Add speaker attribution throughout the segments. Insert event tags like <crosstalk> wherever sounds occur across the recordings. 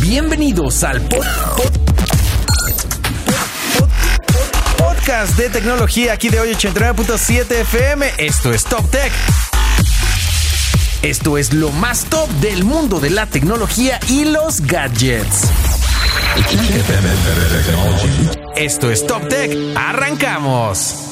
Speaker 1: Bienvenidos al pod- pod- pod- podcast de tecnología aquí de hoy 89.7 FM. Esto es Top Tech. Esto es lo más top del mundo de la tecnología y los gadgets. Esto es Top Tech. Arrancamos.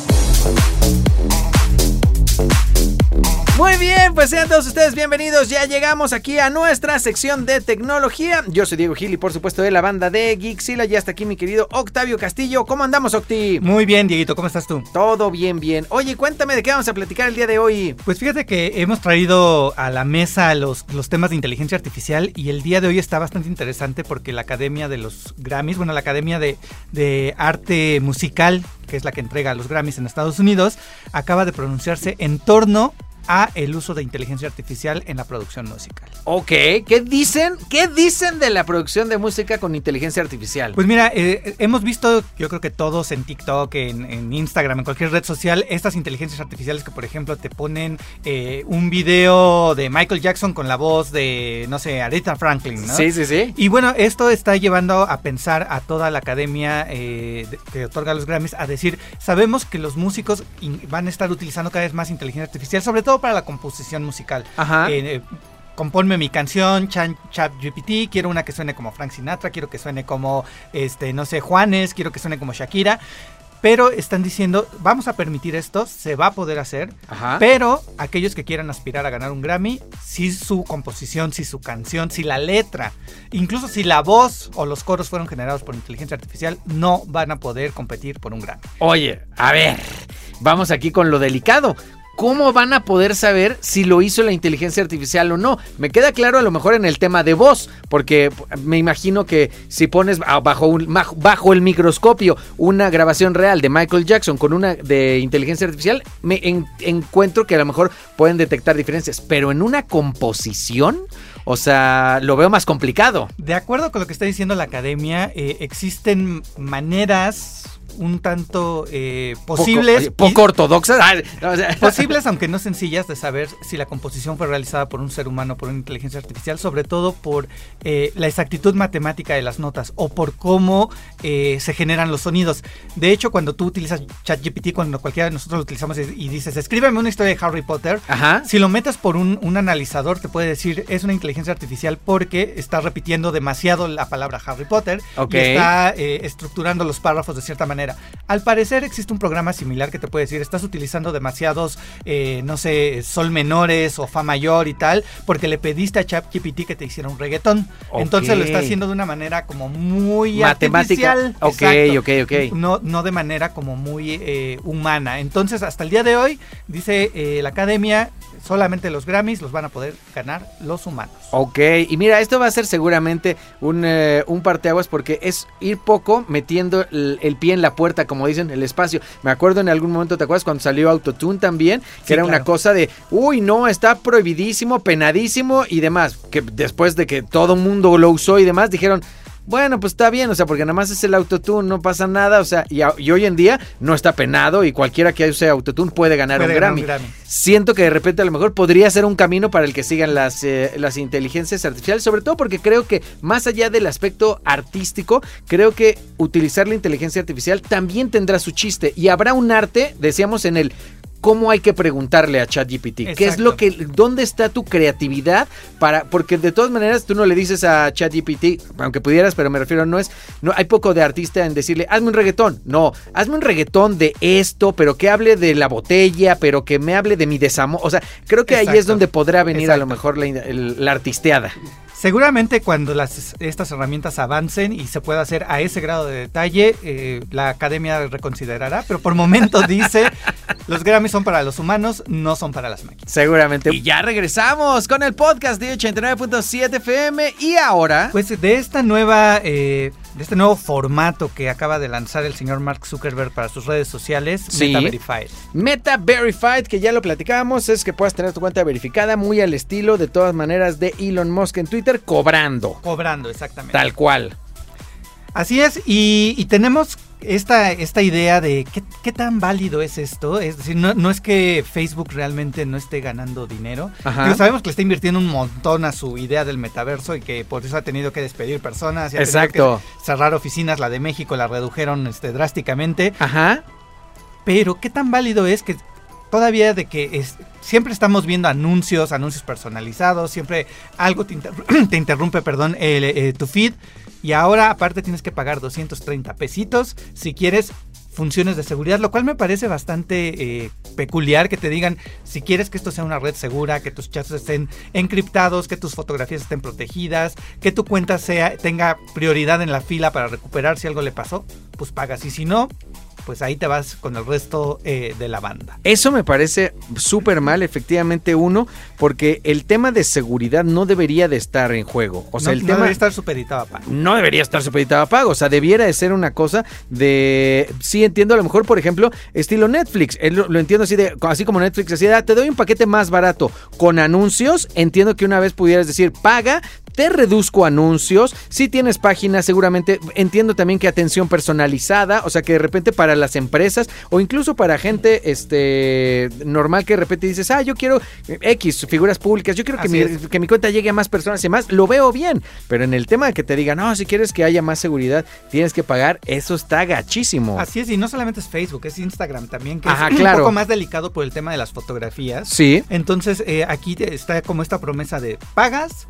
Speaker 1: Muy bien, pues sean todos ustedes bienvenidos. Ya llegamos aquí a nuestra sección de tecnología. Yo soy Diego Gil y por supuesto de la banda de Geekzilla. Ya está aquí mi querido Octavio Castillo. ¿Cómo andamos, Octi?
Speaker 2: Muy bien, Dieguito, ¿cómo estás tú?
Speaker 1: Todo bien, bien. Oye, cuéntame de qué vamos a platicar el día de hoy.
Speaker 2: Pues fíjate que hemos traído a la mesa los, los temas de inteligencia artificial y el día de hoy está bastante interesante porque la Academia de los Grammys, bueno, la Academia de, de Arte Musical, que es la que entrega los Grammys en Estados Unidos, acaba de pronunciarse en torno a el uso de inteligencia artificial en la producción musical.
Speaker 1: Ok, ¿qué dicen? ¿Qué dicen de la producción de música con inteligencia artificial?
Speaker 2: Pues mira, eh, hemos visto, yo creo que todos en TikTok, en, en Instagram, en cualquier red social, estas inteligencias artificiales que, por ejemplo, te ponen eh, un video de Michael Jackson con la voz de, no sé, Aretha Franklin, ¿no?
Speaker 1: Sí, sí, sí.
Speaker 2: Y bueno, esto está llevando a pensar a toda la academia eh, de- que otorga los Grammys a decir, sabemos que los músicos in- van a estar utilizando cada vez más inteligencia artificial, sobre todo para la composición musical.
Speaker 1: Ajá.
Speaker 2: Eh, eh, componme mi canción, Chan, Chat GPT, quiero una que suene como Frank Sinatra, quiero que suene como, este, no sé, Juanes, quiero que suene como Shakira. Pero están diciendo, vamos a permitir esto, se va a poder hacer,
Speaker 1: Ajá.
Speaker 2: pero aquellos que quieran aspirar a ganar un Grammy, si su composición, si su canción, si la letra, incluso si la voz o los coros fueron generados por inteligencia artificial, no van a poder competir por un Grammy.
Speaker 1: Oye, a ver, vamos aquí con lo delicado. ¿Cómo van a poder saber si lo hizo la inteligencia artificial o no? Me queda claro a lo mejor en el tema de voz, porque me imagino que si pones a- bajo, un- maj- bajo el microscopio una grabación real de Michael Jackson con una de inteligencia artificial, me en- encuentro que a lo mejor pueden detectar diferencias, pero en una composición, o sea, lo veo más complicado.
Speaker 2: De acuerdo con lo que está diciendo la academia, eh, existen maneras un tanto eh,
Speaker 1: Poco-
Speaker 2: posibles.
Speaker 1: oye, Poco,
Speaker 2: y-
Speaker 1: ortodoxas. Ay, o sea,
Speaker 2: Posibles, aunque no sencillas, de saber si la composición fue realizada por un ser humano o por una inteligencia artificial, sobre todo por eh, la exactitud matemática de las notas o por cómo eh, se generan los sonidos. De hecho, cuando tú utilizas ChatGPT, cuando cualquiera de nosotros lo utilizamos y- y dices, escríbeme una historia de Harry Potter,
Speaker 1: <laughs> Ajá.
Speaker 2: si lo metes por un, un analizador, te puede decir es una inteligencia artificial porque está repitiendo demasiado la palabra Harry Potter
Speaker 1: Ok.
Speaker 2: y está eh, estructurando los párrafos de cierta manera. Al parecer, existe un programa similar que te puede decir estás utilizando demasiados, eh, no sé, sol menores o fa mayor y tal, porque le pediste a ChatGPT que te hiciera un reggaetón.
Speaker 1: Ok.
Speaker 2: Entonces lo está haciendo de una manera como muy
Speaker 1: Matemática.
Speaker 2: artificial.
Speaker 1: Ok, ok,
Speaker 2: Exacto.
Speaker 1: ok.
Speaker 2: No, no de manera como muy eh, humana. Entonces, hasta el día de hoy, dice eh, la academia, solamente los Grammys los van a poder ganar los humanos.
Speaker 1: Ok, y mira, esto va a ser seguramente un, eh, un parteaguas porque es ir poco metiendo el, el pie en la puerta, como dicen, el espacio. Me acuerdo en algún momento, ¿te acuerdas cuando salió Autotune también? Que
Speaker 2: Sí,
Speaker 1: era una
Speaker 2: claro.
Speaker 1: cosa de, uy, no, está prohibidísimo, penadísimo y demás. Que después de que todo mundo lo usó y demás, dijeron... Bueno, pues está bien, o sea, porque nada más es el autotune, no pasa nada, o sea, y, a- y hoy en día no está penado y cualquiera que use autotune puede ganar
Speaker 2: Puede
Speaker 1: un
Speaker 2: ganar
Speaker 1: Grammy. Siento que de repente a lo mejor podría ser un camino para el que sigan las, eh, las inteligencias artificiales, sobre todo porque creo que más allá del aspecto artístico, creo que utilizar la inteligencia artificial también tendrá su chiste y habrá un arte, decíamos en el cómo hay que preguntarle a ChatGPT, qué es
Speaker 2: Exacto.
Speaker 1: lo que dónde está tu creatividad para porque de todas maneras tú no le dices a ChatGPT, aunque pudieras, pero me refiero no es no, hay poco de artista en decirle, hazme un reggaetón. No, hazme un reggaetón de esto, pero que hable de la botella, pero que me hable de mi desamor. O sea, creo que ahí es
Speaker 2: Exacto.
Speaker 1: donde podrá venir a lo
Speaker 2: Exacto.
Speaker 1: mejor la, el- la artisteada.
Speaker 2: Seguramente cuando las, estas herramientas avancen y se pueda hacer a ese grado de detalle, eh, la academia reconsiderará, pero
Speaker 1: <laughs>
Speaker 2: por momento dice, los Grammys son para los humanos, no son para las máquinas.
Speaker 1: Seguramente. Y ya regresamos con el podcast de 89.7 FM y ahora...
Speaker 2: Pues de esta nueva, eh, de este nuevo formato que acaba de lanzar el señor Mark Zuckerberg para sus redes sociales,
Speaker 1: Sí.
Speaker 2: Meta Verified.
Speaker 1: Meta Verified, que ya lo platicábamos, es que puedas tener tu cuenta verificada muy al estilo de todas maneras de Elon Musk en Twitter cobrando.
Speaker 2: Cobrando, exactamente.
Speaker 1: Tal cual.
Speaker 2: Así es, y, y tenemos esta, esta idea de qué, qué tan válido es esto, es decir, no, no es que Facebook realmente no esté ganando dinero.
Speaker 1: Ajá.
Speaker 2: Digo, sabemos que le está invirtiendo un montón a su idea del metaverso y que por eso ha tenido que despedir personas. y ha tenido
Speaker 1: Exacto.
Speaker 2: que cerrar oficinas, la de México la redujeron este, drásticamente.
Speaker 1: Ajá.
Speaker 2: Pero qué tan válido es que todavía de que es- siempre estamos viendo anuncios, anuncios personalizados, siempre algo te, interr- <clears throat> te interrumpe, perdón, el, eh, tu feed. Y ahora aparte tienes que pagar 230 pesitos si quieres funciones de seguridad, lo cual me parece bastante eh, peculiar que te digan si quieres que esto sea una red segura, que tus chats estén encriptados, que tus fotografías estén protegidas, que tu cuenta sea tenga prioridad en la fila para recuperar si algo le pasó, pues pagas y si no, pues ahí te vas con el resto eh, de la banda.
Speaker 1: Eso me parece súper mal, efectivamente, uno, porque el tema de seguridad no debería de estar en juego. O sea,
Speaker 2: no,
Speaker 1: el
Speaker 2: no
Speaker 1: tema...
Speaker 2: debería estar supeditado a pago.
Speaker 1: no debería estar supeditado a pago. O sea, debiera de ser una cosa de. Sí, entiendo, a lo mejor, por ejemplo, estilo Netflix. Eh, Lo, lo entiendo así de. Así como Netflix, así de. "Ah, te doy un paquete más barato con anuncios. Entiendo que una vez pudieras decir, paga. Te reduzco anuncios. Si tienes páginas, seguramente entiendo también que atención personalizada. O sea, que de repente para las empresas o incluso para gente este, normal que de repente dices, ah, yo quiero eh, X, figuras públicas, yo quiero que
Speaker 2: Así
Speaker 1: mi,
Speaker 2: es.
Speaker 1: que mi cuenta llegue a más personas y más, lo veo bien. Pero en el tema de que te digan, no, si quieres que haya más seguridad, tienes que pagar, eso está gachísimo.
Speaker 2: Así es, y no solamente es Facebook, es Instagram también, que
Speaker 1: Ajá,
Speaker 2: es
Speaker 1: claro.
Speaker 2: un poco más delicado por el tema de las fotografías.
Speaker 1: Sí.
Speaker 2: Entonces, eh, aquí te- está como esta promesa de pagas.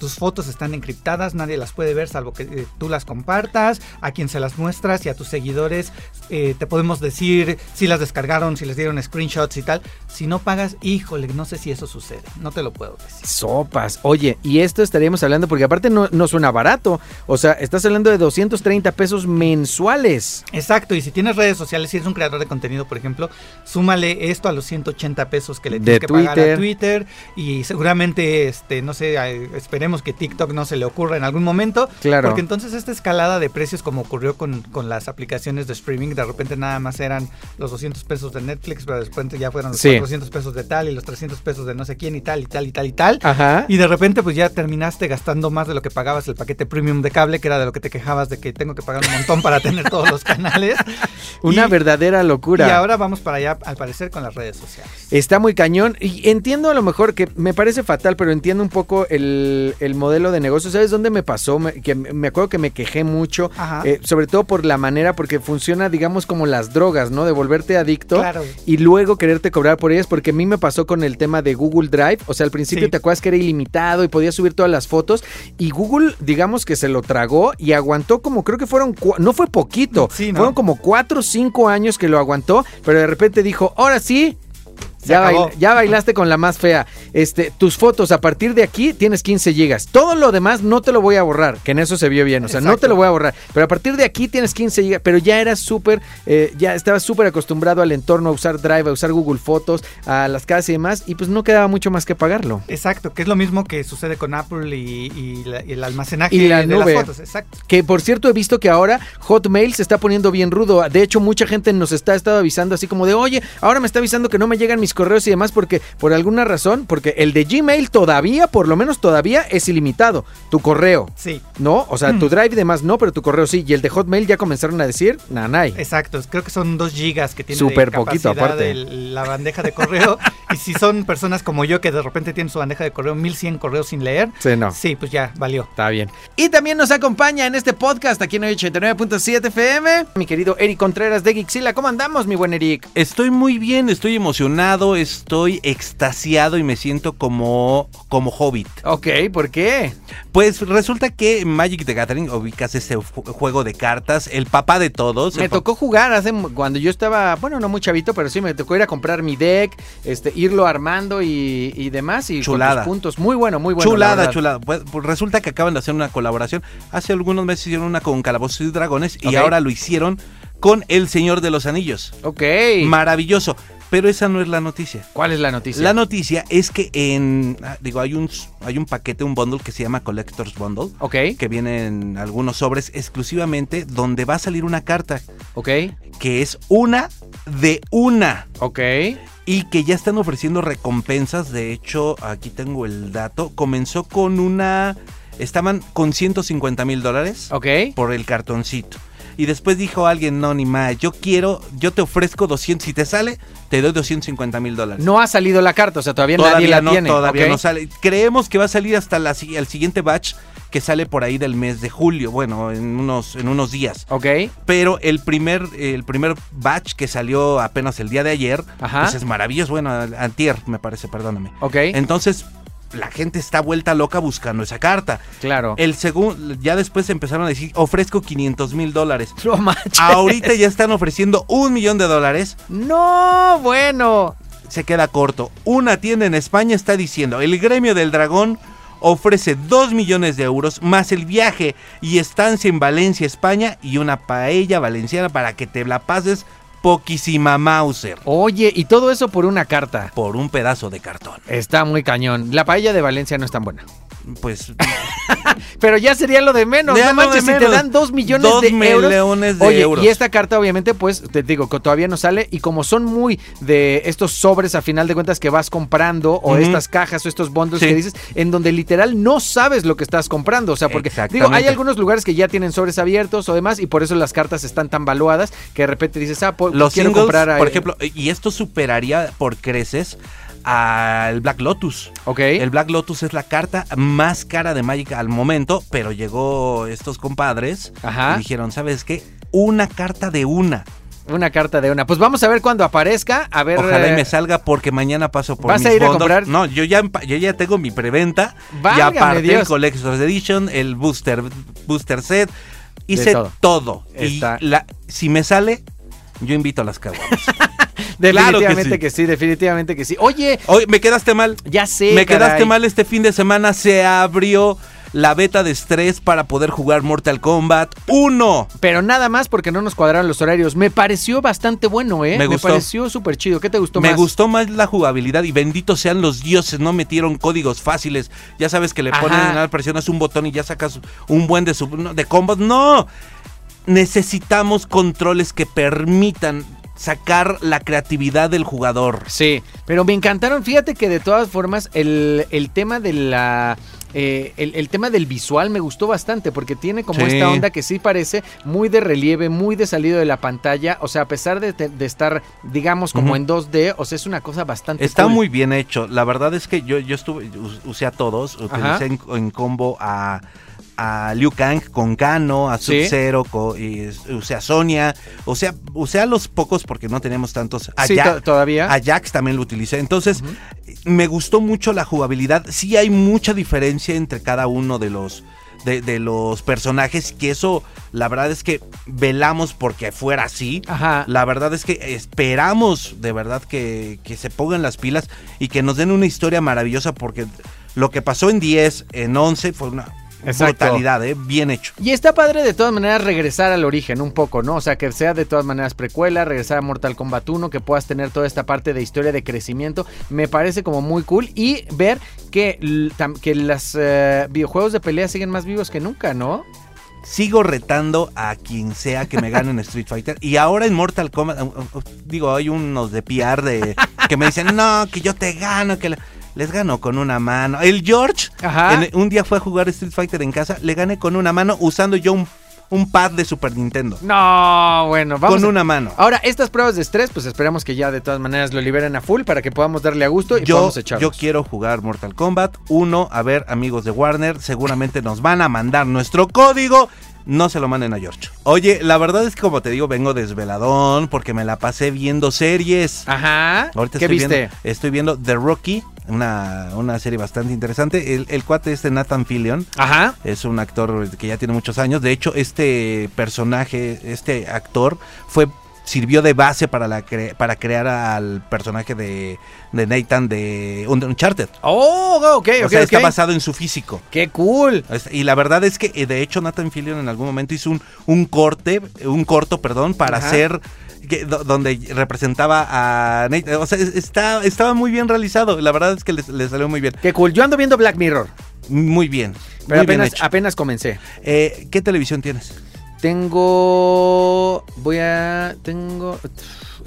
Speaker 2: Tus fotos están encriptadas, nadie las puede ver salvo que eh, tú las compartas, a quien se las muestras y a tus seguidores eh, te podemos decir si las descargaron, si les dieron screenshots y tal. Si no pagas, híjole, no sé si eso sucede, no te lo puedo decir.
Speaker 1: Sopas. Oye, y esto estaríamos hablando, porque aparte no, no suena barato. O sea, estás hablando de 230 pesos mensuales.
Speaker 2: Exacto, y si tienes redes sociales, si eres un creador de contenido, por ejemplo, súmale esto a los 180 pesos que le
Speaker 1: De
Speaker 2: tienes que pagar
Speaker 1: Twitter.
Speaker 2: a Twitter y seguramente, este, no sé, eh, esperemos que TikTok no se le ocurra en algún momento,
Speaker 1: Claro.
Speaker 2: porque entonces esta escalada de precios como ocurrió con, con las aplicaciones de streaming, de repente nada más eran los 200 pesos de Netflix, pero después ya fueron los
Speaker 1: Sí.
Speaker 2: 400 pesos de tal y los 300 pesos de no sé quién y tal y tal y tal y tal.
Speaker 1: Ajá.
Speaker 2: Y de repente, pues ya terminaste gastando más de lo que pagabas el paquete premium de cable, que era de lo que te quejabas de que tengo que pagar un montón para tener todos los canales.
Speaker 1: <laughs> Una
Speaker 2: y-
Speaker 1: verdadera
Speaker 2: Y
Speaker 1: locura.
Speaker 2: ahora vamos para allá, al parecer, con las redes sociales.
Speaker 1: Está muy cañón. Y entiendo a lo mejor que me parece fatal, pero entiendo un poco el, el modelo de negocio. ¿Sabes dónde me pasó? Me, que me me acuerdo que me quejé mucho.
Speaker 2: Ajá.
Speaker 1: eh, sobre todo por la manera, porque funciona, digamos, como las drogas, ¿no? De volverte adicto
Speaker 2: Claro.
Speaker 1: y luego quererte cobrar por ellas, porque a mí me pasó con el tema de Google Drive. O sea, al principio
Speaker 2: Sí.
Speaker 1: te acuerdas que era ilimitado y podías subir todas las fotos. Y Google, digamos que se lo tragó y aguantó como creo que fueron, cua- no fue poquito,
Speaker 2: Sí, ¿no?
Speaker 1: fueron como cuatro o cinco años que lo aguantó, pero de repente dijo, ahora sí.
Speaker 2: Se
Speaker 1: Ya,
Speaker 2: acabó.
Speaker 1: bail- ya bailaste con la más fea. Este, tus fotos a partir de aquí tienes 15 gigas. Todo lo demás no te lo voy a borrar, que en eso se vio bien. O sea, no te
Speaker 2: Exacto.
Speaker 1: lo voy a borrar. Pero a partir de aquí tienes 15 gigas. Pero ya eras súper, eh, ya estabas súper acostumbrado al entorno, a usar Drive, a usar Google Fotos, a las casas y demás. Y pues no quedaba mucho más que pagarlo.
Speaker 2: Exacto, que es lo mismo que sucede con Apple y, y la- y el almacenaje
Speaker 1: Y la
Speaker 2: de
Speaker 1: nube.
Speaker 2: las fotos. Exacto.
Speaker 1: Que por cierto he visto que ahora Hotmail se está poniendo bien rudo. De hecho, mucha gente nos está estado avisando así como de, oye, ahora me está avisando que no me llegan mis correos y demás porque por alguna razón, porque el de Gmail todavía, por lo menos todavía, es ilimitado. Tu correo.
Speaker 2: Sí,
Speaker 1: No, o sea, tu drive y demás no, pero tu correo sí. Y el de Hotmail ya comenzaron a decir, nanay.
Speaker 2: exacto. Creo que son 2 gigas que tiene
Speaker 1: Súper
Speaker 2: de
Speaker 1: poquito,
Speaker 2: capacidad
Speaker 1: aparte.
Speaker 2: el- la bandeja
Speaker 1: <laughs>
Speaker 2: de correo. y si son personas como yo que de repente tienen su bandeja de correo 1100 correos sin leer,
Speaker 1: Sí, no.
Speaker 2: sí, pues ya, valió.
Speaker 1: Está bien. Y también nos acompaña en este podcast aquí en 89.7 FM, mi querido Eric Contreras de Gixila. ¿Cómo andamos, mi buen Eric?
Speaker 3: Estoy muy bien, estoy emocionado, estoy extasiado y me siento como, como hobbit.
Speaker 1: Ok, ¿por qué?
Speaker 3: Pues resulta que Magic the Gathering, ubicas ese ju- juego de cartas, el papá de todos.
Speaker 1: Me
Speaker 3: el pa-
Speaker 1: tocó jugar hace mu- cuando yo estaba, bueno, no muy chavito, pero sí me tocó ir a comprar mi deck, este, irlo armando y, y demás. Y con
Speaker 3: Chulada.
Speaker 1: tus puntos. Muy bueno, muy bueno. la
Speaker 3: chulada,
Speaker 1: verdad.
Speaker 3: chulada. Pues, pues, resulta que acaban de hacer una colaboración. Hace algunos meses hicieron una con Calabozos y Dragones y
Speaker 1: Ok.
Speaker 3: ahora lo hicieron con El Señor de los Anillos.
Speaker 1: Ok.
Speaker 3: Maravilloso. Pero esa no es la noticia.
Speaker 1: ¿Cuál es la noticia?
Speaker 3: La noticia es que en. ah, Digo, hay un, s- hay un paquete, un bundle que se llama Collector's Bundle.
Speaker 1: ok,
Speaker 3: que vienen algunos sobres exclusivamente donde va a salir una carta
Speaker 1: ok,
Speaker 3: que es una de una
Speaker 1: ok.
Speaker 3: y que ya están ofreciendo recompensas. De hecho, aquí tengo el dato. Comenzó con una... Estaban con 150 mil dólares
Speaker 1: Ok.
Speaker 3: por el cartoncito. y después dijo alguien, no, ni más, yo quiero, yo te ofrezco 200, si te sale, te doy 250 mil dólares.
Speaker 1: No ha salido la carta, o sea, todavía, nadie la
Speaker 3: no,
Speaker 1: tiene.
Speaker 3: Todavía
Speaker 1: ¿ok?
Speaker 3: no sale. Creemos que va a salir hasta la, si- el siguiente batch que sale por ahí del mes de julio, bueno, en unos, en unos días.
Speaker 1: Ok.
Speaker 3: Pero el primer, el primer batch que salió apenas el día de ayer,
Speaker 1: Ajá.
Speaker 3: pues es maravilloso, bueno, antier me parece, perdóname.
Speaker 1: Ok.
Speaker 3: Entonces, la gente está vuelta loca buscando esa carta.
Speaker 1: claro.
Speaker 3: El segundo, ya después empezaron a decir, ofrezco 500 mil
Speaker 1: <laughs>
Speaker 3: dólares.
Speaker 1: No manches.
Speaker 3: Ahorita ya están ofreciendo un millón de dólares.
Speaker 1: No, bueno.
Speaker 3: Se queda corto. Una tienda en España está diciendo, el gremio del dragón ofrece 2 millones de euros más el viaje y estancia en Valencia, España y una paella valenciana para que te la pases poquísima Mauser
Speaker 1: Oye, y todo eso por una carta.
Speaker 3: por un pedazo de cartón.
Speaker 1: Está muy cañón. La paella de Valencia no es tan buena. <laughs>
Speaker 3: Pues
Speaker 1: Pero ya sería lo de menos. no
Speaker 3: Ya lo de
Speaker 1: manches, si te
Speaker 3: menos.
Speaker 1: dan dos millones
Speaker 3: Dos
Speaker 1: de euros.
Speaker 3: millones de
Speaker 1: Oye,
Speaker 3: euros.
Speaker 1: y esta carta, obviamente, pues te digo que todavía no sale. Y como son muy de estos sobres a final de cuentas que vas comprando, o
Speaker 3: Ujú.
Speaker 1: estas cajas o estos bundles
Speaker 3: Sí.
Speaker 1: que dices, en donde literal no sabes lo que estás comprando. O sea, porque digo, hay
Speaker 3: Exactamente.
Speaker 1: algunos lugares que ya tienen sobres abiertos o demás, y por eso las cartas están tan valuadas que de repente dices, ah, pues
Speaker 3: los
Speaker 1: quiero
Speaker 3: singles,
Speaker 1: comprar a-
Speaker 3: por ejemplo, y esto superaría por creces al Black Lotus.
Speaker 1: Ok.
Speaker 3: El Black Lotus es la carta más cara de Magic al momento, pero llegó estos compadres
Speaker 1: Ajá.
Speaker 3: y dijeron, ¿sabes qué? Una carta de una.
Speaker 1: Una carta de una. Pues vamos a ver cuando aparezca. A ver.
Speaker 3: Ojalá y
Speaker 1: eh,
Speaker 3: me salga porque mañana paso por
Speaker 1: ¿vas
Speaker 3: mis
Speaker 1: a ir a
Speaker 3: bundles.
Speaker 1: comprar?
Speaker 3: No, yo ya, empa- yo ya tengo mi preventa. y
Speaker 1: Válgame
Speaker 3: aparte el
Speaker 1: Dios.
Speaker 3: Collector's Edition, el Booster, booster Set. Hice
Speaker 1: todo.
Speaker 3: todo.
Speaker 1: Está.
Speaker 3: Y la- si me sale, yo invito a las caguamas. Claro que
Speaker 1: Definitivamente
Speaker 3: sí.
Speaker 1: que sí, definitivamente que sí. Oye,
Speaker 3: Oye, me quedaste mal.
Speaker 1: Ya sé. caray.
Speaker 3: Me quedaste mal este fin de semana. Se abrió la beta de estrés para poder jugar Mortal Kombat 1.
Speaker 1: Pero nada más porque no nos cuadraron los horarios. Me pareció bastante bueno, ¿eh?
Speaker 3: Me gustó.
Speaker 1: pareció súper chido. ¿Qué te gustó
Speaker 3: Me
Speaker 1: más?
Speaker 3: gustó más la jugabilidad y benditos sean los dioses, no metieron códigos fáciles. Ya sabes que le
Speaker 1: Ajá.
Speaker 3: ponen, ah, presionas un botón y ya sacas un buen de, sub- no, de combos. No, necesitamos controles que permitan sacar la creatividad del jugador.
Speaker 1: Sí, pero me encantaron. Fíjate que de todas formas el, el tema de la... eh, el, el tema del visual me gustó bastante porque tiene como
Speaker 3: Sí.
Speaker 1: esta onda que sí parece muy de relieve, muy de salido de la pantalla. O sea, a pesar de, te- de estar, digamos, como
Speaker 3: Ujú.
Speaker 1: en 2D, o sea, es una cosa bastante.
Speaker 3: Está
Speaker 1: cool.
Speaker 3: muy bien hecho. La verdad es que yo, yo estuve, us- usé a todos,
Speaker 1: Ajá.
Speaker 3: utilicé en, en combo a, a Liu Kang con Kano, a
Speaker 1: Sí.
Speaker 3: Sub-Zero, co- y es- usé a Sonia, o sea, usé a los pocos porque no tenemos tantos. A,
Speaker 1: Sí,
Speaker 3: Ja-
Speaker 1: to- todavía.
Speaker 3: a Jax también lo utilicé. Entonces, me gustó mucho la jugabilidad. Sí hay mucha diferencia entre cada uno de los. De, de los personajes, que eso la verdad es que velamos porque fuera así.
Speaker 1: Ajá.
Speaker 3: La verdad es que esperamos de verdad que, que se pongan las pilas y que nos den una historia maravillosa porque lo que pasó en 10, en 11 fue una
Speaker 1: Exacto.
Speaker 3: brutalidad, ¿eh? bien hecho.
Speaker 1: Y está padre de todas maneras regresar al origen un poco, ¿no? O sea, que sea de todas maneras precuela, regresar a Mortal Kombat 1, que puedas tener toda esta parte de historia de crecimiento, me parece como muy cool. Y ver que, l- tam- que los videojuegos de pelea siguen más vivos que nunca, ¿no?
Speaker 3: Sigo retando a quien sea que
Speaker 1: <laughs>
Speaker 3: me gane en Street Fighter y ahora en Mortal Kombat, uh, uh, uh, digo, hay unos de PR de, que me dicen, no, que yo te gano, que la-". les gano con una mano. El George,
Speaker 1: Ajá.
Speaker 3: en- un día fue a jugar Street Fighter en casa, le gané con una mano usando yo un, un pad de Super Nintendo.
Speaker 1: No, bueno, vamos.
Speaker 3: Con
Speaker 1: a-
Speaker 3: una mano.
Speaker 1: Ahora, estas pruebas de estrés, pues esperamos que ya de todas maneras lo liberen a full para que podamos darle a gusto y
Speaker 3: Yo,
Speaker 1: podamos echarlos.
Speaker 3: yo quiero jugar Mortal Kombat 1. A ver, amigos de Warner, seguramente nos van a mandar nuestro código. No se lo manden a George. Oye, la verdad es que como te digo, vengo desveladón porque me la pasé viendo series.
Speaker 1: Ajá. Ah,
Speaker 3: Ahorita
Speaker 1: ¿Qué
Speaker 3: estoy
Speaker 1: viste?
Speaker 3: Viendo, estoy viendo The Rocky, una, una serie bastante interesante. El, el cuate este Nathan Fillion
Speaker 1: Ajá.
Speaker 3: es un actor que ya tiene muchos años. De hecho, este personaje, este actor, fue sirvió de base para, la cre- para crear al personaje de, de Nathan de Un- Uncharted.
Speaker 1: Oh, ok, ok,
Speaker 3: o sea, está
Speaker 1: ok.
Speaker 3: basado en su físico.
Speaker 1: Qué cool.
Speaker 3: Es- Y la verdad es que, eh, de hecho, Nathan Fillion en algún momento hizo un, un corte, un corto, perdón, para
Speaker 1: Ajá.
Speaker 3: hacer que- do- donde representaba a Nathan. O sea, es- está, estaba muy bien realizado. La verdad es que le le salió muy bien.
Speaker 1: Qué cool. Yo ando viendo Black Mirror.
Speaker 3: Muy bien.
Speaker 1: Pero
Speaker 3: muy bien
Speaker 1: apenas,
Speaker 3: hecho.
Speaker 1: apenas comencé.
Speaker 3: Eh, ¿Qué televisión tienes?
Speaker 1: Tengo. Voy a. Tengo.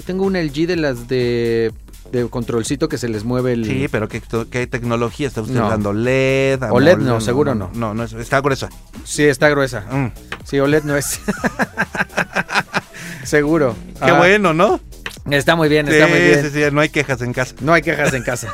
Speaker 1: Tengo un LG de las de. De controlcito que se les mueve el.
Speaker 3: Sí, pero ¿qué, to- qué tecnología está usted
Speaker 1: No.
Speaker 3: usando? E ¿LED?
Speaker 1: OLED no, seguro no.
Speaker 3: No, no, es- está gruesa.
Speaker 1: Sí, está gruesa.
Speaker 3: Mm.
Speaker 1: Sí, OLED no es. <laughs> Seguro.
Speaker 3: Qué
Speaker 1: Ah,
Speaker 3: bueno, ¿no?
Speaker 1: Está muy bien,
Speaker 3: Sí,
Speaker 1: está muy bien.
Speaker 3: sí, sí, no hay quejas en casa.
Speaker 1: No hay quejas en casa.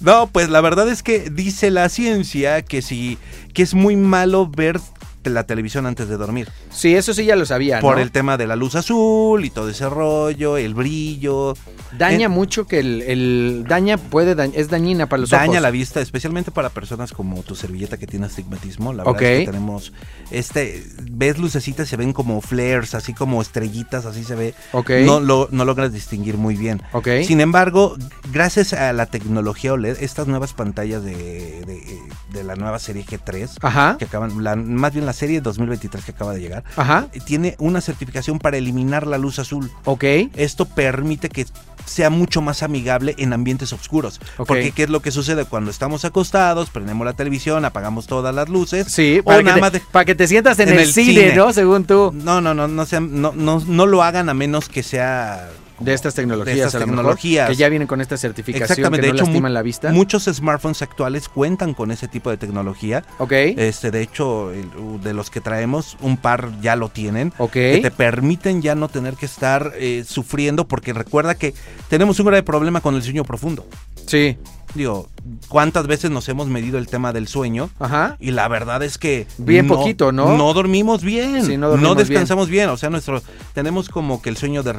Speaker 3: No, pues la verdad es que dice la ciencia que sí, que es muy malo ver la televisión antes de dormir.
Speaker 1: Sí, eso sí ya lo sabía.
Speaker 3: por
Speaker 1: Ah, ¿no?
Speaker 3: el tema de la luz azul y todo ese rollo, el brillo.
Speaker 1: Daña
Speaker 3: en-
Speaker 1: mucho que el, el- daña puede dañ- es dañina para los
Speaker 3: daña
Speaker 1: ojos.
Speaker 3: la vista, especialmente para personas como tu servilleta que tiene astigmatismo. La verdad
Speaker 1: Ok.
Speaker 3: es que tenemos este, ves lucecitas, se ven como flares, así como estrellitas, así se ve.
Speaker 1: Ok.
Speaker 3: No, lo, no logras distinguir muy bien.
Speaker 1: ok.
Speaker 3: Sin embargo, gracias a la tecnología OLED, estas nuevas pantallas de, de- de la nueva serie G3,
Speaker 1: Ajá.
Speaker 3: que acaban, la- más bien la serie 2023 que acaba de llegar,
Speaker 1: Ajá.
Speaker 3: tiene una certificación para eliminar la luz azul.
Speaker 1: Ok.
Speaker 3: Esto permite que sea mucho más amigable en ambientes oscuros.
Speaker 1: Ok.
Speaker 3: Porque ¿qué es lo que sucede cuando estamos acostados, prendemos la televisión, apagamos todas las luces?
Speaker 1: <laughs> Sí,
Speaker 3: o
Speaker 1: para que,
Speaker 3: nada
Speaker 1: te,
Speaker 3: más de-
Speaker 1: para que te sientas en,
Speaker 3: en
Speaker 1: el,
Speaker 3: el
Speaker 1: cine,
Speaker 3: cine.
Speaker 1: ¿no? Según tú.
Speaker 3: No, no, no, no, sea- no, no, no lo hagan a menos que sea... como-
Speaker 1: De estas tecnologías,
Speaker 3: De estas
Speaker 1: a lo mejor,
Speaker 3: tecnologías.
Speaker 1: que ya vienen con esta certificación que
Speaker 3: Exactamente,
Speaker 1: no
Speaker 3: de hecho,
Speaker 1: lastiman
Speaker 3: mu-
Speaker 1: la vista.
Speaker 3: Muchos smartphones actuales cuentan con ese tipo de tecnología.
Speaker 1: ok.
Speaker 3: Este, de hecho, el- de los que traemos, un par ya lo tienen.
Speaker 1: ok.
Speaker 3: que te permiten ya no tener que estar eh, sufriendo, porque recuerda que tenemos un grave problema con el sueño profundo.
Speaker 1: Sí.
Speaker 3: Digo, ¿cuántas veces nos hemos medido el tema del sueño?
Speaker 1: Ajá.
Speaker 3: Y la verdad es que...
Speaker 1: Bien poquito, ¿no?
Speaker 3: No dormimos bien.
Speaker 1: Sí, no
Speaker 3: no,
Speaker 1: dormimos
Speaker 3: descansamos bien. O sea, nuestro, tenemos como que el sueño de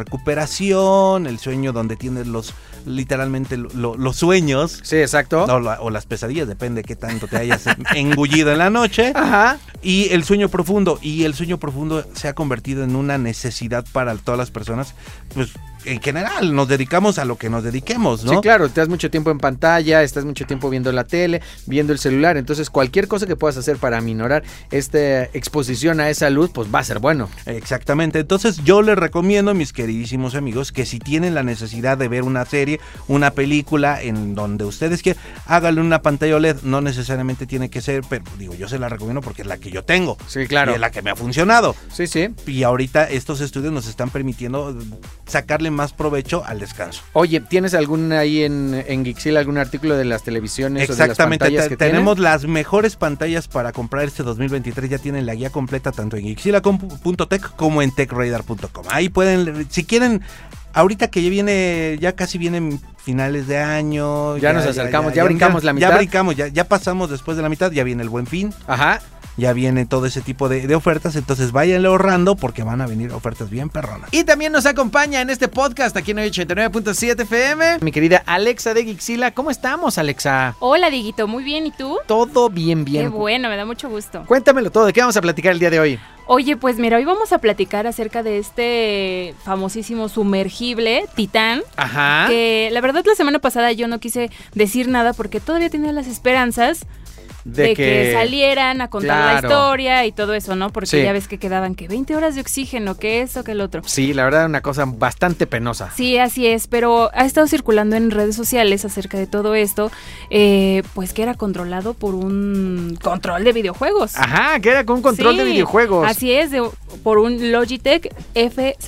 Speaker 3: recuperación, el sueño donde tienes los, literalmente, lo- los sueños.
Speaker 1: Sí, exacto.
Speaker 3: O, la- o las pesadillas, depende qué tanto te hayas <laughs> engullido en la noche.
Speaker 1: Ajá.
Speaker 3: Y el sueño profundo. Y el sueño profundo se ha convertido en una necesidad para todas las personas. Pues en general, nos dedicamos a lo que nos dediquemos, ¿no?
Speaker 1: Sí, claro, estás mucho tiempo en pantalla, estás mucho tiempo viendo la tele, viendo el celular, entonces cualquier cosa que puedas hacer para aminorar esta exposición a esa luz, pues va a ser bueno.
Speaker 3: Exactamente. Entonces yo les recomiendo, mis queridísimos amigos, que si tienen la necesidad de ver una serie, una película, en donde ustedes quieran, háganle una pantalla OLED. No necesariamente tiene que ser, pero digo, yo se la recomiendo porque es la que yo tengo.
Speaker 1: Sí,
Speaker 3: Y
Speaker 1: claro.
Speaker 3: es la que me ha funcionado.
Speaker 1: Sí, sí.
Speaker 3: Y ahorita estos estudios nos están permitiendo sacarle más provecho al descanso.
Speaker 1: Oye, ¿tienes algún ahí en, en Geeksil algún artículo de las televisiones
Speaker 3: Exactamente,
Speaker 1: o de las pantallas
Speaker 3: te-
Speaker 1: que
Speaker 3: tenemos las mejores pantallas para comprar este 2023. Ya tienen la guía completa tanto en xilacom.tech como en techradar.com. Ahí pueden, si quieren, ahorita que ya viene, ya casi vienen finales de año.
Speaker 1: Ya nos acercamos, ya brincamos la mitad.
Speaker 3: Ya brincamos, ya, ya pasamos después de la mitad, ya viene el buen fin,
Speaker 1: tienen? Ajá.
Speaker 3: ya viene todo ese tipo de, de ofertas. Entonces váyanle ahorrando porque van a venir ofertas bien perronas.
Speaker 1: Y también nos acompaña en este podcast aquí en 89.7 FM, mi querida Alexa de Geekzilla. ¿Cómo estamos, Alexa?
Speaker 4: Hola, Diguito, muy bien. ¿Y tú?
Speaker 1: Todo bien, bien.
Speaker 4: Qué bueno, me da mucho gusto.
Speaker 1: Cuéntamelo todo, ¿de qué vamos a platicar el día de hoy?
Speaker 4: Oye, pues mira, hoy vamos a platicar acerca de este famosísimo sumergible Titán,
Speaker 1: Ajá.
Speaker 4: que la verdad la semana pasada yo no quise decir nada porque todavía tenía las esperanzas de, que... salieran a contar
Speaker 1: Claro.
Speaker 4: la historia y todo eso, ¿no? Porque
Speaker 1: Sí.
Speaker 4: ya ves que quedaban que 20 horas de oxígeno, que eso, que el otro.
Speaker 1: Sí, la verdad, una cosa bastante penosa.
Speaker 4: Sí, así es, pero ha estado circulando en redes sociales acerca de todo esto, eh, pues que era controlado por un control de videojuegos.
Speaker 1: Ajá, que era con un control de
Speaker 4: Sí,
Speaker 1: videojuegos.
Speaker 4: Así es, de- por un Logitech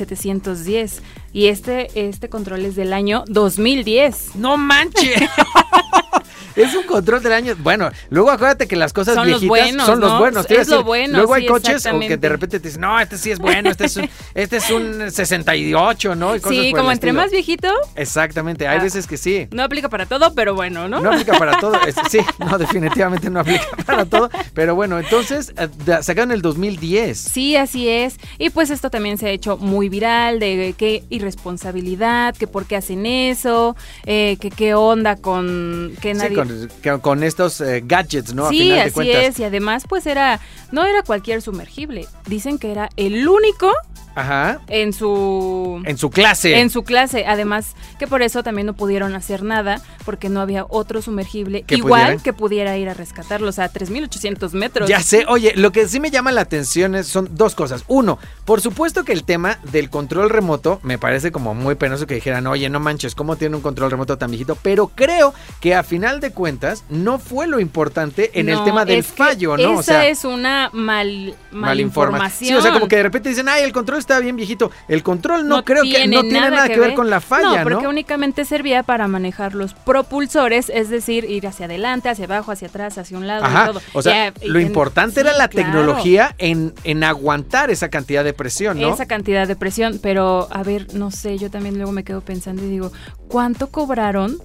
Speaker 4: F710. Y este, este control es del año 2010.
Speaker 1: ¡No manches! <laughs> es un control del año. Bueno, luego acuérdate que las cosas
Speaker 4: Son los
Speaker 1: viejitas
Speaker 4: buenos,
Speaker 1: son los
Speaker 4: ¿no?
Speaker 1: buenos. te iba a
Speaker 4: Es lo bueno,
Speaker 1: Luego hay
Speaker 4: sí,
Speaker 1: coches o que
Speaker 4: exactamente.
Speaker 1: de repente te dicen, no, este sí es bueno, este es un,
Speaker 4: <laughs>
Speaker 1: este es un 68, ¿no? Y cosas por
Speaker 4: Sí,
Speaker 1: el
Speaker 4: como entre
Speaker 1: estilo.
Speaker 4: más viejito,
Speaker 1: Exactamente, hay
Speaker 4: Ah.
Speaker 1: veces que sí.
Speaker 4: no aplica para todo, pero bueno, ¿no?
Speaker 1: No aplica para todo. Es- Sí, <laughs> no, definitivamente no aplica <laughs> para todo. Pero bueno, entonces eh, da- sacaron el 2010.
Speaker 4: Sí, así es. Y pues esto también se ha hecho muy viral, de qué irresponsabilidad, que por qué hacen eso, eh, que qué onda con que
Speaker 1: Sí,
Speaker 4: nadie...
Speaker 1: con, con- con estos eh, gadgets, ¿no? A
Speaker 4: Sí,
Speaker 1: final de
Speaker 4: así
Speaker 1: cuentas.
Speaker 4: es. Y además, pues era, no era cualquier sumergible. Dicen que era el único
Speaker 1: Ajá.
Speaker 4: en su
Speaker 1: En su clase.
Speaker 4: en su clase. Además, que por eso también no pudieron hacer nada, porque no había otro sumergible
Speaker 1: Que
Speaker 4: igual
Speaker 1: pudiera.
Speaker 4: que pudiera ir a rescatarlos a 3.800 metros.
Speaker 1: Ya sé, oye, lo que sí me llama la atención es- son dos cosas. Uno, por supuesto que el tema del control remoto me parece como muy penoso que dijeran, oye, no manches, ¿cómo tiene un control remoto tan viejito? Pero creo que a final de cuentas no fue lo importante en el
Speaker 4: No,
Speaker 1: tema del
Speaker 4: es que
Speaker 1: fallo, ¿no?
Speaker 4: Esa
Speaker 1: o sea,
Speaker 4: es una mal,
Speaker 1: malinforma-
Speaker 4: malinformación.
Speaker 1: Sí, o sea, como que de repente dicen, ay, el control estaba bien viejito. El control no,
Speaker 4: No
Speaker 1: creo que
Speaker 4: tiene
Speaker 1: no tiene nada, que ver. con la falla,
Speaker 4: No, porque
Speaker 1: ¿no?
Speaker 4: únicamente servía para manejar los propulsores, es decir, ir hacia adelante, hacia abajo, hacia atrás, hacia un lado y
Speaker 1: Ajá,
Speaker 4: todo.
Speaker 1: o sea,
Speaker 4: Ya, y
Speaker 1: lo
Speaker 4: en-
Speaker 1: importante era
Speaker 4: sí,
Speaker 1: la
Speaker 4: claro,
Speaker 1: tecnología en, en aguantar esa cantidad de presión, ¿no?
Speaker 4: Esa cantidad de presión, pero a ver, no sé, yo también luego me quedo pensando y digo, ¿cuánto cobraron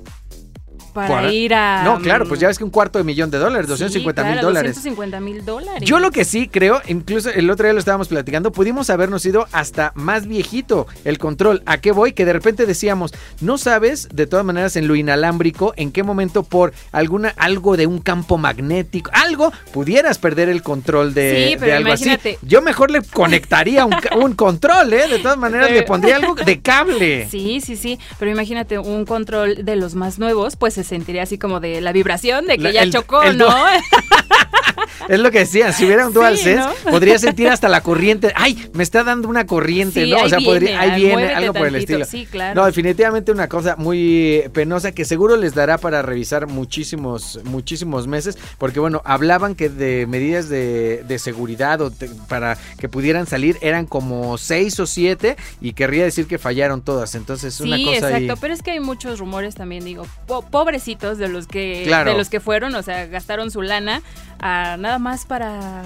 Speaker 4: para
Speaker 1: Para-
Speaker 4: ir a... Mm,
Speaker 1: No, claro, pues ya ves que un cuarto de millón de dólares,
Speaker 4: Sí,
Speaker 1: 250 mil
Speaker 4: claro,
Speaker 1: dólares.
Speaker 4: 250 mil dólares.
Speaker 1: Yo lo que sí creo, incluso el otro día lo estábamos platicando, pudimos habernos ido hasta más viejito el control. ¿A qué voy? Que de repente decíamos, no sabes, de todas maneras, en lo inalámbrico, en qué momento por alguna algo de un campo magnético, algo, pudieras perder el control de,
Speaker 4: Sí, pero
Speaker 1: de algo
Speaker 4: imagínate.
Speaker 1: así. Yo mejor le conectaría un, ca- un control, ¿eh? De todas maneras, le
Speaker 4: <laughs> Pero-
Speaker 1: pondría algo de cable.
Speaker 4: Sí, sí, sí, pero imagínate un control de los más nuevos, pues se sentiría así como de la vibración de que
Speaker 1: La-
Speaker 4: ya
Speaker 1: el-
Speaker 4: chocó,
Speaker 1: el
Speaker 4: ¿no?
Speaker 1: <laughs> Es lo que decían, si hubiera un
Speaker 4: <laughs> Sí,
Speaker 1: DualSense,
Speaker 4: ¿no? <laughs>
Speaker 1: podría sentir hasta la corriente. ¡Ay! Me está dando una corriente,
Speaker 4: Sí,
Speaker 1: ¿no? O
Speaker 4: ahí
Speaker 1: sea, podría,
Speaker 4: viene,
Speaker 1: ahí
Speaker 4: ah,
Speaker 1: viene,
Speaker 4: muévete
Speaker 1: algo por el
Speaker 4: tantito.
Speaker 1: estilo.
Speaker 4: Sí, claro.
Speaker 1: No, definitivamente una cosa muy eh, penosa que seguro les dará para revisar muchísimos, muchísimos meses, porque bueno, hablaban que de medidas de, de seguridad o te- para que pudieran salir eran como seis o siete y querría decir que fallaron todas, entonces es una
Speaker 4: sí,
Speaker 1: cosa
Speaker 4: exacto,
Speaker 1: ahí.
Speaker 4: pero es que hay muchos rumores también, digo, po- pobrecitos de los que
Speaker 1: Claro.
Speaker 4: de los que fueron, o sea, gastaron su lana ah, nada más para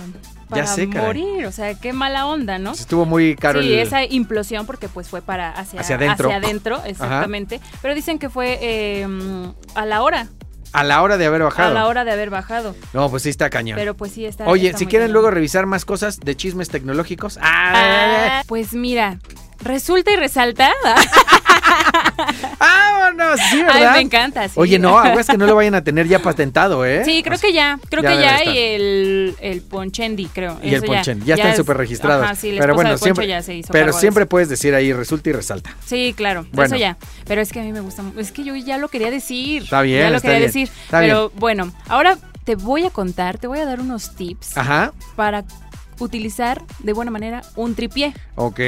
Speaker 4: para
Speaker 1: sé, caray.
Speaker 4: morir, o sea, qué mala onda, ¿no?
Speaker 1: Pues Estuvo muy caro
Speaker 4: sí,
Speaker 1: el-
Speaker 4: esa implosión porque pues fue para hacia,
Speaker 1: Hacia adentro.
Speaker 4: adentro, exactamente. Pero dicen que fue eh, mm, a la hora,
Speaker 1: a la hora de haber bajado.
Speaker 4: a la hora de haber bajado.
Speaker 1: No, pues sí está cañón.
Speaker 4: Pero pues sí está.
Speaker 1: Oye,
Speaker 4: está
Speaker 1: si
Speaker 4: muy
Speaker 1: quieren
Speaker 4: cañón.
Speaker 1: luego revisar más cosas de chismes tecnológicos. ¡Ah!
Speaker 4: Ah, pues mira, resulta y resalta. <laughs> ah,
Speaker 1: ¡Vámonos! Sí,
Speaker 4: Ay,
Speaker 1: ¿verdad?
Speaker 4: me encanta. sí.
Speaker 1: Oye,
Speaker 4: <laughs>
Speaker 1: no, aguas que no lo vayan a tener ya patentado, ¿eh?
Speaker 4: Sí, creo
Speaker 1: O sea,
Speaker 4: que ya, creo
Speaker 1: ya
Speaker 4: que
Speaker 1: debe
Speaker 4: ya
Speaker 1: estar.
Speaker 4: y el, el Ponchendi, creo.
Speaker 1: Y el
Speaker 4: eso
Speaker 1: ponchen, ya, están
Speaker 4: es-
Speaker 1: súper registrados.
Speaker 4: Ajá, sí, la
Speaker 1: pero
Speaker 4: esposa
Speaker 1: bueno,
Speaker 4: de Poncho
Speaker 1: siempre,
Speaker 4: ya se hizo
Speaker 1: pero
Speaker 4: cargo de
Speaker 1: siempre
Speaker 4: eso.
Speaker 1: puedes decir ahí resulta y resalta.
Speaker 4: Sí, claro,
Speaker 1: Bueno.
Speaker 4: eso ya. Pero es que a mí me gusta, mu- es que yo ya lo quería decir.
Speaker 1: Está bien,
Speaker 4: Ya lo
Speaker 1: está
Speaker 4: quería
Speaker 1: bien,
Speaker 4: decir.
Speaker 1: está
Speaker 4: pero bueno, ahora te voy a contar, te voy a dar unos tips
Speaker 1: Ajá,
Speaker 4: para utilizar de buena manera un tripié.
Speaker 1: ok,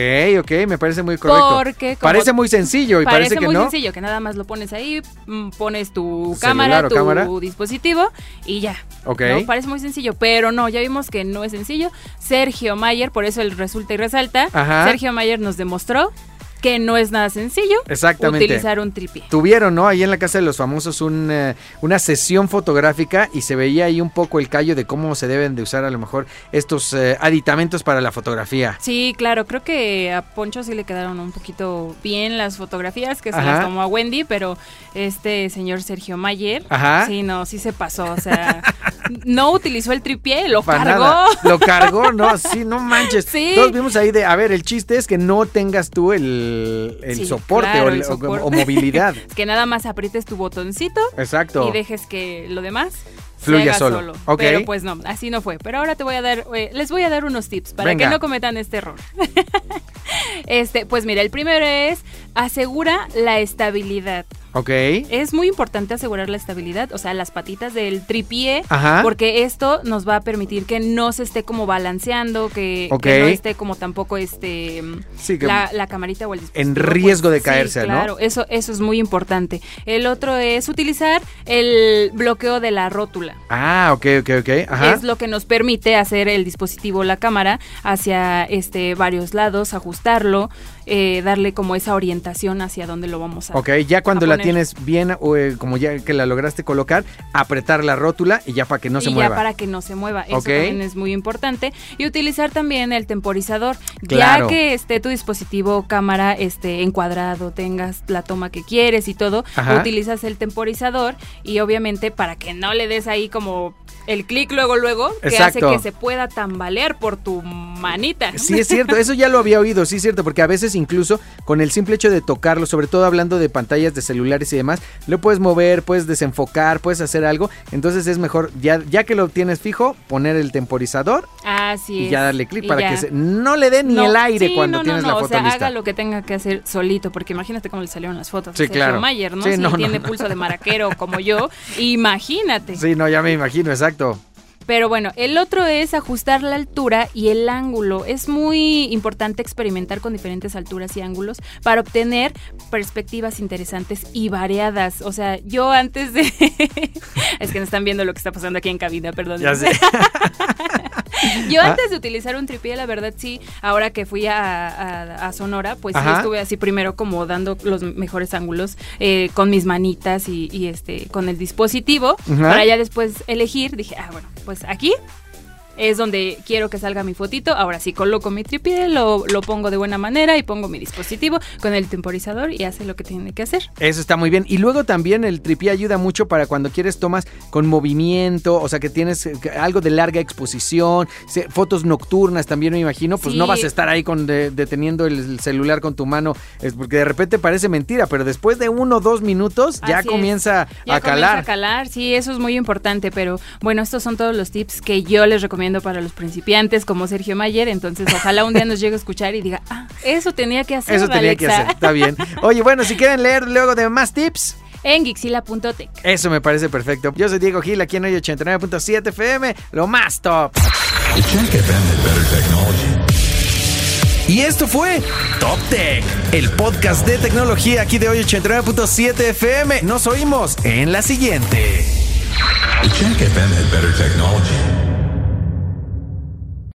Speaker 1: ok, me parece muy correcto.
Speaker 4: Porque como-
Speaker 1: parece muy sencillo y parece, que
Speaker 4: muy
Speaker 1: no.
Speaker 4: sencillo, que nada más lo pones ahí, mm, pones tu
Speaker 1: Celular o
Speaker 4: cámara, tu
Speaker 1: cámara.
Speaker 4: dispositivo y ya.
Speaker 1: Ok.
Speaker 4: ¿no? Parece muy sencillo, pero no, ya vimos que no es sencillo. Sergio Mayer, por eso el resulta y resalta,
Speaker 1: Ajá.
Speaker 4: Sergio Mayer nos demostró que no es nada sencillo
Speaker 1: Exactamente.
Speaker 4: utilizar un tripié.
Speaker 1: Tuvieron, ¿no? Ahí en la casa de los famosos un, eh, una sesión fotográfica y se veía ahí un poco el callo de cómo se deben de usar a lo mejor estos eh, aditamentos para la fotografía.
Speaker 4: Sí, claro, creo que a Poncho sí le quedaron un poquito bien las fotografías que se
Speaker 1: Ajá.
Speaker 4: las tomó a Wendy, pero este señor Sergio Mayer,
Speaker 1: Ajá.
Speaker 4: sí, no, sí se pasó, o sea, <laughs> no utilizó el tripié, lo
Speaker 1: Para
Speaker 4: cargó.
Speaker 1: nada.
Speaker 4: <laughs>
Speaker 1: Lo cargó, no, sí, no manches.
Speaker 4: Sí.
Speaker 1: Todos vimos ahí de, a ver, el chiste es que no tengas tú el, el
Speaker 4: Sí,
Speaker 1: soporte,
Speaker 4: claro,
Speaker 1: o,
Speaker 4: el
Speaker 1: o-
Speaker 4: soporte.
Speaker 1: o
Speaker 4: <laughs>
Speaker 1: movilidad.
Speaker 4: Que nada más aprietes tu botoncito
Speaker 1: Exacto.
Speaker 4: y dejes que lo demás se
Speaker 1: Fluya
Speaker 4: haga
Speaker 1: solo. Ok.
Speaker 4: Pero pues no, así no fue. Pero ahora te voy a dar, eh, les voy a dar unos tips para
Speaker 1: Venga.
Speaker 4: que no cometan este error. <laughs> este, pues mira, el primero es asegura la estabilidad.
Speaker 1: Ok.
Speaker 4: Es muy importante asegurar la estabilidad, o sea, las patitas del tripié.
Speaker 1: Ajá.
Speaker 4: Porque esto nos va a permitir que no se esté como balanceando, que, que
Speaker 1: Ok.
Speaker 4: no esté como tampoco este
Speaker 1: Sí, que-
Speaker 4: la, la camarita o el dispositivo. pues.
Speaker 1: En riesgo de
Speaker 4: sí,
Speaker 1: caerse, ¿no?
Speaker 4: Claro, eso, eso es muy importante. El otro es utilizar el bloqueo de la rótula.
Speaker 1: Ah, ok, ok, ok. Ajá.
Speaker 4: Es lo que nos permite hacer el dispositivo, la cámara, hacia este varios lados, ajustarlo, eh, darle como esa orientación hacia dónde lo vamos a
Speaker 1: Ok, ya cuando
Speaker 4: a
Speaker 1: la
Speaker 4: poner.
Speaker 1: tienes bien, o, eh, como ya que la lograste colocar, apretar la rótula y ya para que no se
Speaker 4: y
Speaker 1: mueva.
Speaker 4: ya para que no se mueva. Eso
Speaker 1: Ok.
Speaker 4: también es muy importante. Y utilizar también el temporizador.
Speaker 1: Claro.
Speaker 4: Ya que esté tu dispositivo o cámara este, encuadrado, tengas la toma que quieres y todo,
Speaker 1: Ajá.
Speaker 4: utilizas el temporizador y obviamente para que no le des ahí como el clic luego, luego, que
Speaker 1: Exacto.
Speaker 4: hace que se pueda tambalear por tu manita.
Speaker 1: Sí, es cierto, eso ya lo había oído, sí es cierto, porque a veces incluso con el simple hecho de tocarlo, sobre todo hablando de pantallas de celulares y demás, lo puedes mover, puedes desenfocar, puedes hacer algo, entonces es mejor, ya, ya que lo tienes fijo, poner el temporizador
Speaker 4: Así
Speaker 1: y
Speaker 4: es.
Speaker 1: ya darle clic
Speaker 4: Y
Speaker 1: para
Speaker 4: ya.
Speaker 1: que se- no le dé ni
Speaker 4: No,
Speaker 1: el aire
Speaker 4: sí,
Speaker 1: cuando
Speaker 4: no, no,
Speaker 1: tienes la
Speaker 4: no,
Speaker 1: foto
Speaker 4: o sea,
Speaker 1: lista.
Speaker 4: haga lo que tenga que hacer solito, porque imagínate cómo le salieron las fotos.
Speaker 1: Sí,
Speaker 4: a Sergio
Speaker 1: claro.
Speaker 4: Mayer, ¿no?
Speaker 1: Sí,
Speaker 4: Si
Speaker 1: no, no,
Speaker 4: tiene
Speaker 1: no. <laughs>
Speaker 4: pulso de maraquero como yo, imagínate.
Speaker 1: Sí, no, ya me imagino, exacto.
Speaker 4: Pero bueno, el otro es ajustar la altura y el ángulo. Es muy importante experimentar con diferentes alturas y ángulos para obtener perspectivas interesantes y variadas. O sea, yo <laughs> antes de... es que no están viendo lo que está pasando aquí en cabina, perdón.
Speaker 1: Ya sé.
Speaker 4: <laughs> Yo antes de utilizar un tripié, la verdad sí, ahora que fui a, a- a Sonora, pues sí
Speaker 1: Ajá.
Speaker 4: estuve así primero como dando los mejores ángulos eh, con mis manitas y, y, este con el dispositivo
Speaker 1: Ajá.
Speaker 4: para ya después elegir. Dije, ah, bueno, pues aquí es donde quiero que salga mi fotito. Ahora sí coloco mi tripié, lo, lo pongo de buena manera y pongo mi dispositivo con el temporizador y hace lo que tiene que hacer.
Speaker 1: Eso está muy bien. Y luego también el tripié ayuda mucho para cuando quieres tomas con movimiento, o sea que tienes eh, que- algo de larga exposición, se- fotos nocturnas también me imagino, pues
Speaker 4: Sí.
Speaker 1: no vas a estar ahí con de- deteniendo el, el celular con tu mano, es porque de repente parece mentira, pero después de uno o dos minutos ya
Speaker 4: Así es.
Speaker 1: comienza
Speaker 4: Ya
Speaker 1: a
Speaker 4: comienza
Speaker 1: calar.
Speaker 4: a calar, sí, eso es muy importante, pero bueno, estos son todos los tips que yo les recomiendo para los principiantes como Sergio Mayer, entonces ojalá un día nos llegue a escuchar y diga, ah, eso tenía que hacer,
Speaker 1: Eso tenía que
Speaker 4: Alexa",
Speaker 1: hacer, está bien. Oye, bueno, si quieren leer luego de más tips,
Speaker 4: <laughs> en Gixila.tech.
Speaker 1: eso me parece perfecto. Yo soy Diego Gil, aquí en hoy 89.7 FM, lo más top. Y esto fue Top Tech, el podcast de tecnología aquí de hoy 89.7 FM. Nos oímos en la siguiente.
Speaker 5: Jack FM had better technology.